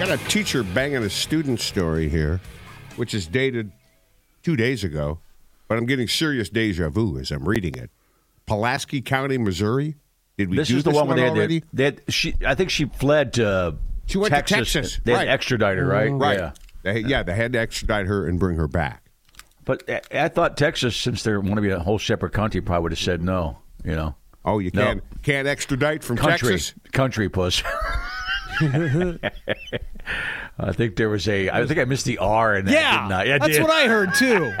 Got a teacher banging a student story here, which is dated two days ago, but I'm getting serious deja vu as I'm reading it. Pulaski County, Missouri. Did we This do is the one, where they had, already? the, they had she. I think she fled to She went to Texas. Texas, They right. Mm-hmm. had extradited, right? right. Yeah. They, yeah, they had to extradite her and bring her back. But I, I thought Texas, since they want to be a whole separate country, probably would have said no. You know, Oh, you No. can't can't extradite from country, Texas. country puss. I think there was a. I think I missed the R in that. Yeah, didn't I? I that's did. what I heard too.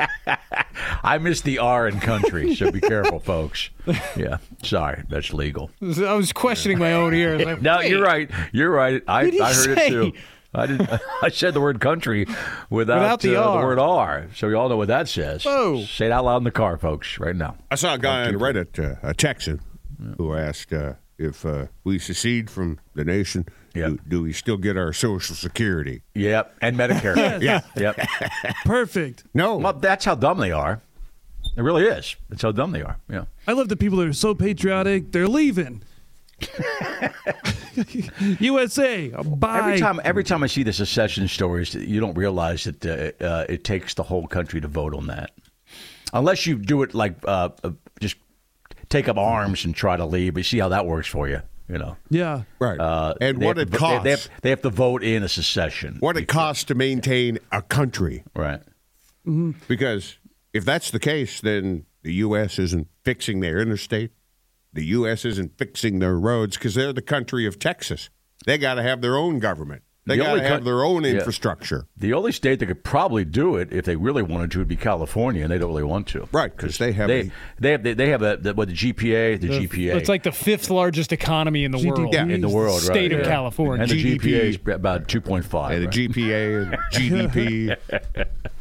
I missed the R in country, so be careful, folks. Yeah, sorry, that's legal. I was questioning my own ears. Like, No, wait, you're right. You're right. I, What did he I heard say? it too. I did. I said the word country without, Without the uh, R. word R. So you all know what that says. Whoa. Say it out loud in the car, folks, right now. I saw a guy on Reddit, uh, a Texan, who asked uh, if uh, we secede from the nation, Yeah. do, do we still get our Social Security? Yep, and Medicare. yeah, yep. Perfect. No. Well, that's how dumb they are. It really is. That's how dumb they are. Yeah. I love the people that are so patriotic. They're leaving. USA, bye. Every time, every time I see the secession stories, you don't realize that uh, uh, it takes the whole country to vote on that, unless you do it like uh, uh, just take up arms and try to leave. But see how that works for you, you know. Yeah. right. and uh, They what have it to vo- they- costs. They, have, they have to vote in a secession. what it costs to maintain a country. Right. Because if that's the case, then the U.S. isn't fixing their interstate. The U.S. isn't fixing their roads because they're the country of Texas. They got to have their own government. They The got only to have coun- their own Yeah. infrastructure. The only state that could probably do it if they really wanted to would be California, and they don't really want to. Right, 'cause they have they a- they have they have a the, what the GPA the, GPA It's like the fifth largest economy in the world. GDP. in the world right, state of yeah. California. and the GDP. GPA is about two point five. And the GPA and GDP.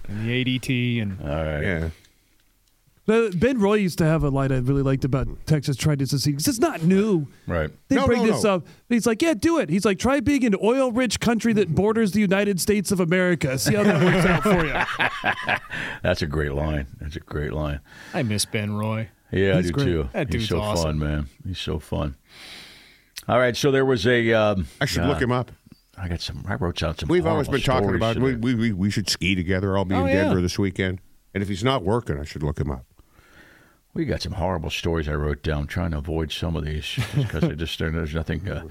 And the ADT and Yeah. Uh, Ben Roy used to have a line I really liked about Texas trying to secede 'cause it's not new. Right. They No, bring no, this no. up. And he's like, yeah, do it. He's like, try being an oil rich country that borders the United States of America. See how that works out for you. That's a great line. That's a great line. I miss Ben Roy. Yeah, He's I do great. too. That He's dude's so awesome. fun, man. He's so fun. All right, so there was a. Um, I should look him up. I got some. I wrote down some. We've always horrible been talking stories about today. we, we, we, we should ski together. I'll be Oh, in Denver this weekend. And if he's not working, I should look him up. We got some horrible stories I wrote down. Trying to avoid some of these because I just there's nothing uh,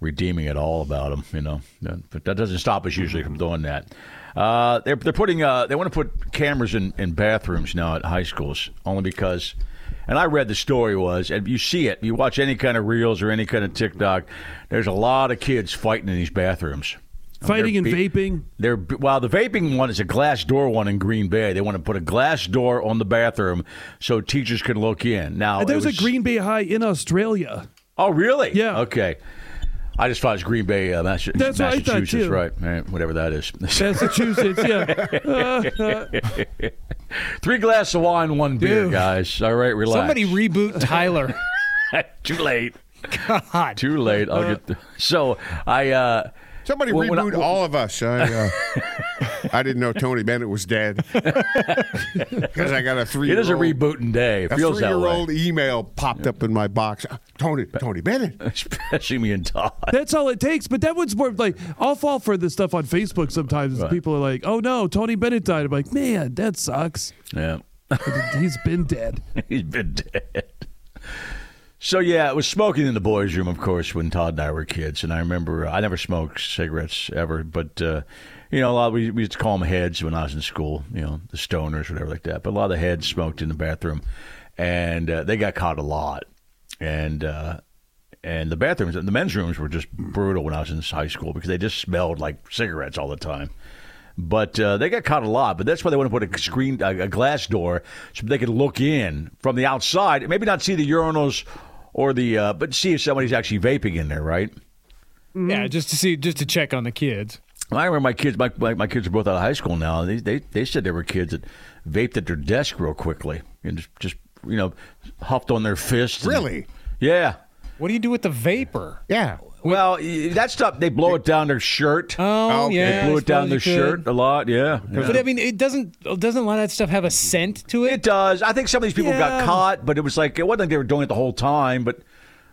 redeeming at all about them, you know. But that doesn't stop us usually from doing that. Uh, they're they're putting uh, they want to put cameras in, in bathrooms now at high schools only because, and I read the story was and you see it you watch any kind of reels or any kind of TikTok, there's a lot of kids fighting in these bathrooms. Fighting and They're be- vaping. They're well, the vaping one is a glass door one in Green Bay. They want to put a glass door on the bathroom so teachers can look in. Now And there Oh, it was a Green Bay High in Australia. Oh, really? Yeah. Okay. I just thought it was Green Bay, uh, Massa- That's what I thought, Massachusetts, too. right? Right, Whatever that is. Massachusetts, yeah. Three glass of wine, one beer, Dude. guys. All right, relax. Somebody reboot Tyler. too late. God. Too late. I'll get. The- Uh, so I. uh Somebody Well, when I- reboot all of us. I, uh, I didn't know Tony Bennett was dead because I got a three. It is a rebooting day. It A feels that way. three-year-old email popped up in my box. Uh, Tony, Tony Bennett. Mm. Especially me and Todd. That's all it takes. But that one's more like I'll fall for this stuff on Facebook sometimes. People are like, "Oh no, Tony Bennett died." I'm like, "Man, that sucks. Yeah. He's been dead." He's been dead. So yeah, it was smoking in the boys' room, of course, when Todd and I were kids. And I remember uh, I never smoked cigarettes ever, but uh, you know, a lot we, we used to call them heads when I was in school. You know, the stoners, whatever like that. But a lot of the heads smoked in the bathroom, and uh, they got caught a lot. And uh, and the bathrooms, the men's rooms were just brutal when I was in high school because they just smelled like cigarettes all the time. But uh, they got caught a lot. But that's why they want to put a screen, a, a glass door, so they could look in from the outside, maybe not see the urinals or the, uh, but see if somebody's actually vaping in there, right? Yeah, just to see, just to check on the kids. I remember my kids. My, my, my kids are both out of high school now. And they, they they said they were kids that vaped at their desk real quickly and just, just you know huffed on their fist. and- Really? yeah. What do you do with the vapor? Yeah. Well, y- that stuff they blow it down their shirt. Oh, Okay. yeah. they blew I it down suppose their you could. shirt a lot. Yeah. Yeah. But I mean, it doesn't doesn't a lot of that stuff have a scent to It it? does. I think some of these people got Yeah. caught, but it was like it wasn't like they were doing it the whole time, but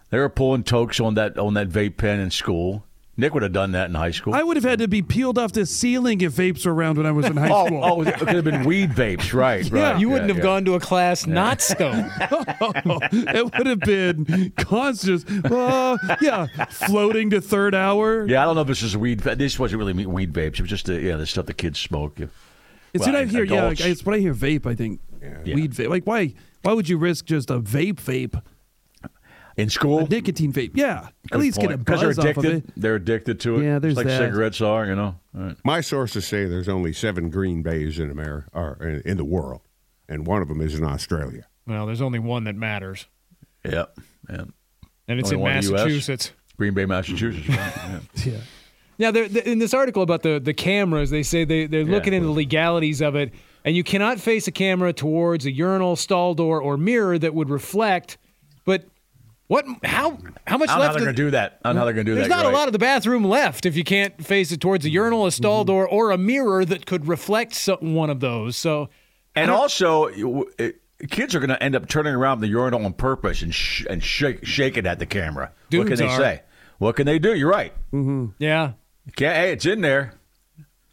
they were pulling tokes on that on that vape pen in school. Nick would have done that in high school. I would have had to be peeled off the ceiling if vapes were around when I was in high oh, school. oh, it could have been weed vapes, right? Yeah. right, You wouldn't have yeah. gone to a class not stoned. it would have been conscious. Uh, yeah, floating to third hour. Yeah, I don't know if this is weed. va- This wasn't really me- weed vapes. It was just the yeah, the stuff the kids smoke. Yeah. It's Well, what I ad- hear. Yeah, like, adults. it's what I hear. Vape. I think weed vape. Like why? Why would you risk just a vape vape, In school, a nicotine vape? Yeah, at least get a because they're buzz off addicted. of it. They're addicted to it. Yeah, there's just like that. cigarettes are. You know. All right. My sources say there's only seven green bays in America or in, in the world, and one of them is in Australia. Well, there's only one that matters, Yep. Yeah. and it's Only one in in the US? Massachusetts. Green Bay, Massachusetts. right? Yeah. Yeah. Now, they're, th- in this article about the, the cameras, they say they, they're looking into the legalities of it, and you cannot face a camera towards a urinal, stall door, or mirror that would reflect. But what? How? How I don't know much how left? they're going of- to do that. I don't know how they're going to do there's that. not right. a lot of the bathroom left if you can't face it towards a urinal, a stall Mm-hmm. door, or a mirror that could reflect so- one of those. So, And also, you- it, kids are going to end up turning around the urinal on purpose and sh- and shake shaking at the camera. what Dudes can they are. say? What can they do? You're right. yeah, You Can't, hey, it's in there.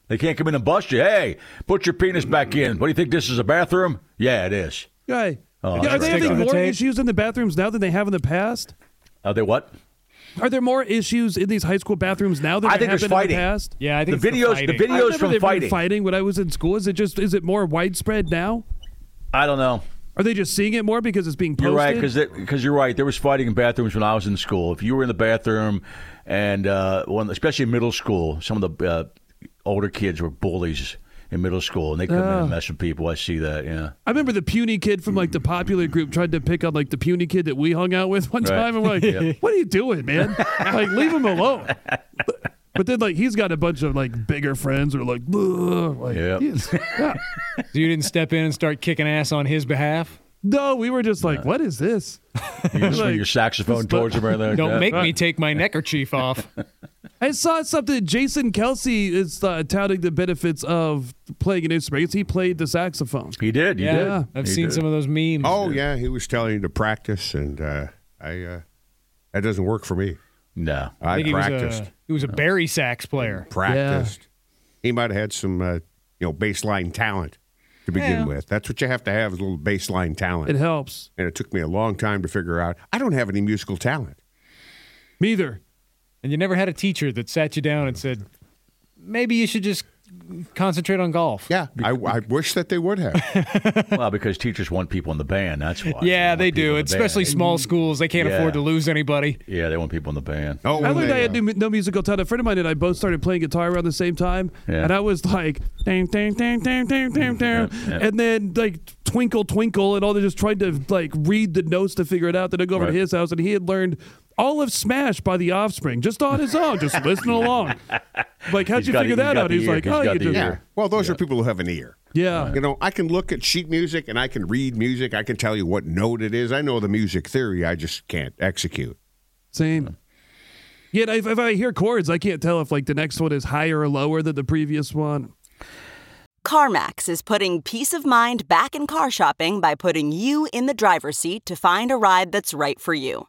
They can't come in and bust you. Hey, put your penis back in. What do you think? This is a bathroom? Yeah, it is. Right. Oh, yeah, are that's they right. having Stick to more the tape. issues in the bathrooms now than they have in the past? Are they what? Are there more issues in these high school bathrooms now than I there think have there's been fighting. in the past? yeah. I The think it's videos- the fighting. video- I Videos remember from there been fighting. fighting when I was in school. Is it just is it more widespread now? I don't know. Are they just seeing it more because it's being posted? You're right because because you're right. There was fighting in bathrooms when I was in school. If you were in the bathroom, and uh, one especially in middle school, some of the uh, older kids were bullies in middle school, and they come Oh. in and mess with people. I see that. Yeah. I remember the puny kid from like the popular group tried to pick on like the puny kid that we hung out with one Right. time, and we're like, "What are you doing, man? like, leave him alone." But then, like, he's got a bunch of like bigger friends who are like, "Ugh," like Yep. he is- yeah. So you didn't step in and start kicking ass on his behalf. No, we were just like, "What is this?" You can swing Like, your saxophone towards him or anything like Don't that. make me take my neckerchief off. I saw something. Jason Kelsey is uh, touting the benefits of playing an instrument. He played the saxophone. He did. He Yeah, did. I've He seen did. some of those memes. Oh yeah, he was telling you to practice, and uh, I uh, that doesn't work for me. No. I, think he uh, was practiced, a he was a Barry sax player. practiced. He might have had some uh, you know baseline talent to begin Yeah. with. That's what you have to have is a little baseline talent. It helps. and it took me a long time to figure out I don't have any musical talent. Me either. And you never had a teacher that sat you down and said, "Maybe you should just concentrate on golf." Yeah, I, I wish that they would have. well, because teachers want people in the band. That's why. Yeah, want they people do. in the Especially band. small schools, they can't Yeah. afford to lose anybody. Yeah, they want people in the band. Oh, I when learned they, I had uh, no, mu- no musical talent. A friend of mine and I both started playing guitar around the same time, Yeah. and I was like, dang, dang, dang, dang, dang, dang, dang. and then like twinkle, twinkle, and all. They just tried to like read the notes to figure it out. Then I go over Right. to his house, and he had learned all of Smash by The Offspring just on his own, just listening along. Like, how'd He's you got- figure he's that got out? the He's ear. like, He's oh, got you the just, ear. yeah. Well, those are people who have an ear. yeah. You know, I can look at sheet music and I can read music. I can tell you what note it is. I know the music theory. I just can't execute. Same. Yeah, if, if I hear chords, I can't tell if like the next one is higher or lower than the previous one. CarMax is putting peace of mind back in car shopping by putting you in the driver's seat to find a ride that's right for you.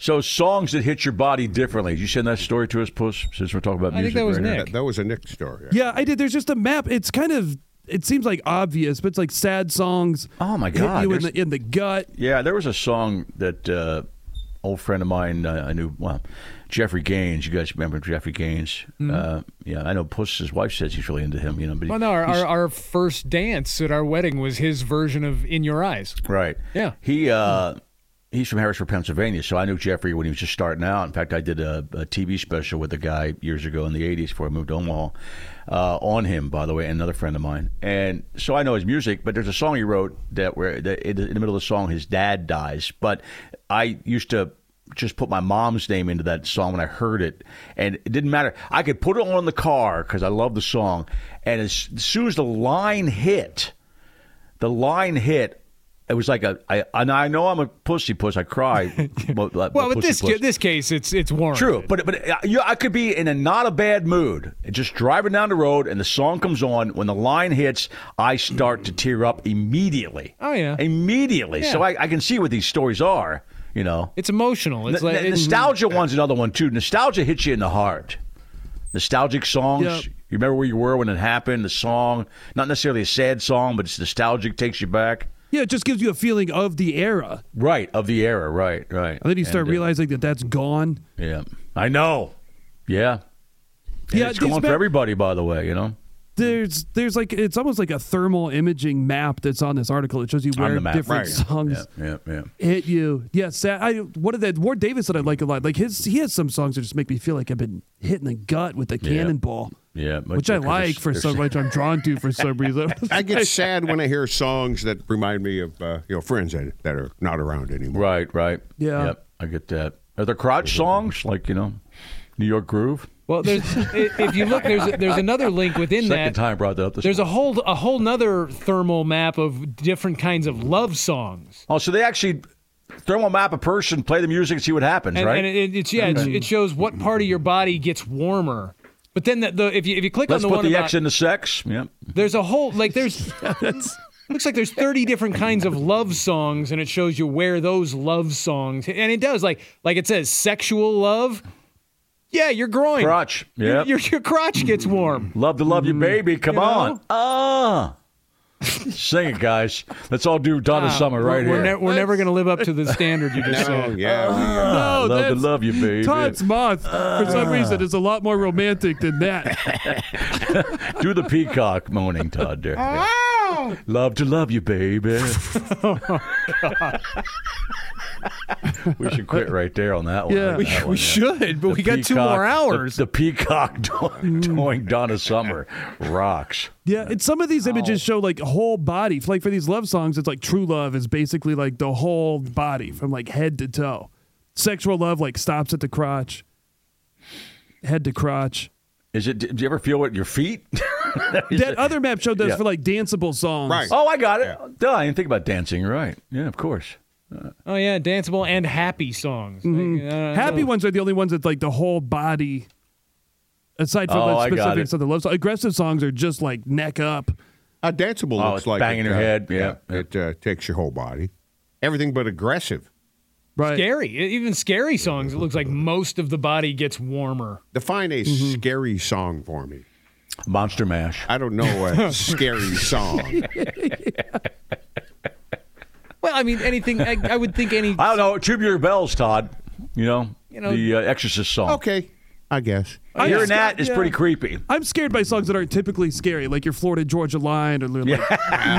So songs that hit your body differently. Did you send that story to us, Puss? Since we're talking about I music, think that was right now? Nick. That, that was a Nick story. Yeah, I did. There's just a map. It's kind of. It seems like obvious, but it's like sad songs. Oh, my hit God, you in there's- the in the gut. Yeah, there was a song that uh, old friend of mine uh, I knew. Well, Jeffrey Gaines. You guys remember Jeffrey Gaines? Uh, yeah, I know. Puss's wife says he's really into him. You know, but he- Mm-hmm. Well, no, our, he's- our, our first dance at our wedding was his version of In Your Eyes. Right. Yeah. He uh, he's from Harrisburg, Pennsylvania. So I knew Jeffrey when he was just starting out. In fact, I did a, a TV special with a guy years ago in the '80s before I moved to Omaha uh, on him, by the way, and another friend of mine. And so I know his music. But there's a song he wrote that where that in the in the middle of the song his dad dies. But I used to. Just put my mom's name into that song when I heard it, and it didn't matter. I could put it on the car because I love the song, and as, as soon as the line hit, the line hit. It was like a I and I know I'm a pussy puss. I cry. well, uh, Well, with this ca- this case, it's it's warranted. true, but but uh, you, I could be in a not a bad mood, just driving down the road, and the song comes on. When the line hits, I start to tear up immediately. Oh, yeah. immediately. So Yeah. I, I can see what these stories are. You know, It's emotional. It's N- like n- nostalgia one's another one too. Nostalgia hits you in the heart. Nostalgic songs. Yep. You remember where you were when it happened. The song, not necessarily a sad song, but it's nostalgic, takes you back. Yeah, it just gives you a feeling of the era, Right, of the era, right, right. and then you start uh, realizing that that's gone. Yeah. I know. Yeah. And Yeah, it's these going ma- for everybody, by the way, you know? There's there's like it's almost like a thermal imaging map that's on this article. It shows you On where the map. different right. songs Yeah, yeah. hit you. Yeah, sad. I what did that Ward Davis that I like a lot. Like his he has some songs that just make me feel like I've been hit in the gut with a cannonball. Yeah, but- which I because like there's- for there's- some, which I'm drawn to for some reason. I get sad when I hear songs that remind me of uh, you know friends that, that are not around anymore. Right, right. Yeah. Yep, I get that. Are there crotch songs? Like, you know, New York Groove? Well, there's i- if you look, there's there's another link within Second that. time I brought that up this There's a whole a whole nother thermal map of different kinds of love songs, Oh, so they actually throw a map a person, play the music, and see what happens, and, right? and it, it's yeah, it, it shows what part of your body gets warmer. But then the, the if you if you click Let's on the put one the about, X in the sex. Yep. there's a whole like there's looks like there's 30 different kinds of love songs and it shows you where those love songs and it does like like it says sexual love. Yeah, your groin, Crotch. Your, Yep. your, your crotch gets warm. Love to love you, baby. Come Mm, You know? on. Ah. Sing it, guys. Let's all do Donna Summer right we're, here. ne- we're never going to live up to the standard you just Oh said. yeah, we are. no, love to Oh, that's- love you, baby. Todd's moth, for some reason, is a lot more romantic than that. Do the peacock moaning, Todd. There. Love to love you, baby. Oh, we should quit right there on that one. Yeah. That We- one, yeah. should, but The peacock- The, the peacock Mm. doing, doing Donna Summer rocks. Yeah, and some of these images show like whole body. Like for these love songs, it's like true love is basically like the whole body from like head to toe. Sexual love like stops at the crotch, head to crotch. Is it? Do you ever feel it in your feet? That other map showed those Yeah. for like danceable songs. Right. oh, I got it. Duh, I didn't think about dancing. Right? Yeah, of course. oh yeah, danceable and happy songs. Like, uh, Happy ones are the only ones that like the whole body. Aside from Oh, like I got specifics it. of the love song, aggressive songs are just like neck up. a danceable Oh, looks it's like banging it, your uh, head. Yeah. it uh, takes your whole body, everything but aggressive. Right. scary. E- Even scary songs. It looks like most of the body gets warmer. Define a Mm-hmm. scary song for me. Monster Mash. I don't know a scary song. Well, I mean, anything. I, I would think any. I don't know. Tubular bells, Todd. You know, You know- the uh, Exorcist song. Okay, I guess. I Hearing just- that is yeah. pretty creepy. I'm scared by songs that aren't typically scary, like your Florida Georgia Line or like,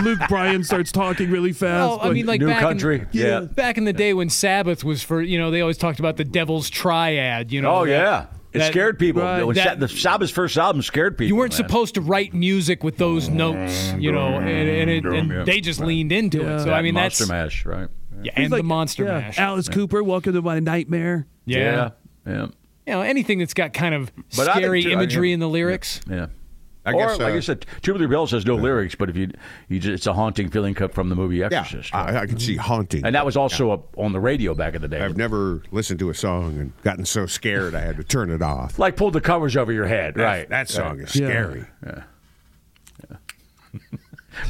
Luke Bryan starts talking really fast. Oh, I mean, like New back country. In, Yeah. Back in the day when Sabbath was for, you know, they always talked about the devil's triad. You know. Oh that- yeah, it that- scared people. Right. It was- That- the Sabbath's first album scared people. You weren't Oh, man. supposed to write music with those notes, you know, and, and, it, Yeah. and they just leaned into it. So I mean, that's Monster Mash, right? yeah, and the monster yeah, mash. Alice Cooper, Welcome to My Nightmare. yeah, yeah. you know, anything that's got kind of But I scary think- I- imagery in the lyrics. yeah. I or, guess, like uh, I said, Tubular Bells has no lyrics, but if you, you just, it's a haunting feeling cut from the movie Yeah, uh, Exorcist, right? I, I can see haunting. and that was also up on the radio back in the day. I've never listened to a song and gotten so scared I had to turn it off. like pulled the covers over your head, right? That song is Yeah. scary.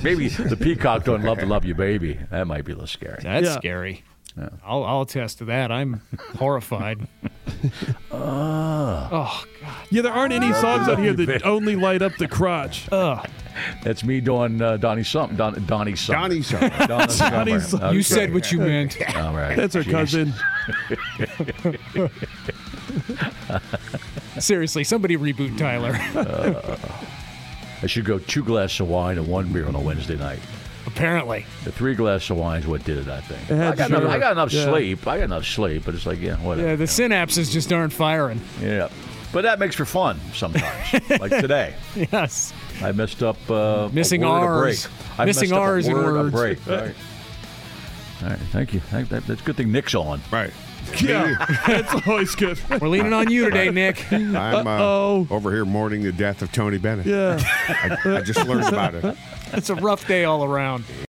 Maybe the peacock don't love to love you, baby. That might be a little scary. That's Yeah. scary. I'll, I'll attest to that. I'm horrified. oh, God. Yeah, there aren't any songs out here that only light up the crotch. That's me doing uh, Donnie something. Don, Donnie something. Donnie something. Donna Donnie something. something. You Okay. said what you meant. All right. That's her Jeez. cousin. Seriously, somebody reboot Tyler. I should go two glasses of wine and one beer on a Wednesday night. Apparently. The three glasses of wine is what did it, I think. It had I got, enough, sugar. I got enough Yeah. sleep. I got enough sleep, but it's like, yeah, whatever. Yeah, the synapses just aren't firing. Yeah. But that makes for fun sometimes, like today. Yes. I messed up uh, Missing a word a Rs. break. I Missing messed up Rs a in word a words. break. All right. All right. Thank you. Thank, that, that's a good thing Nick's on. Right. Yeah, that's always good. We're leaning on you today, Nick. I'm uh, Uh-oh. over here mourning the death of Tony Bennett. Yeah. I, I just learned about it. It's a rough day all around.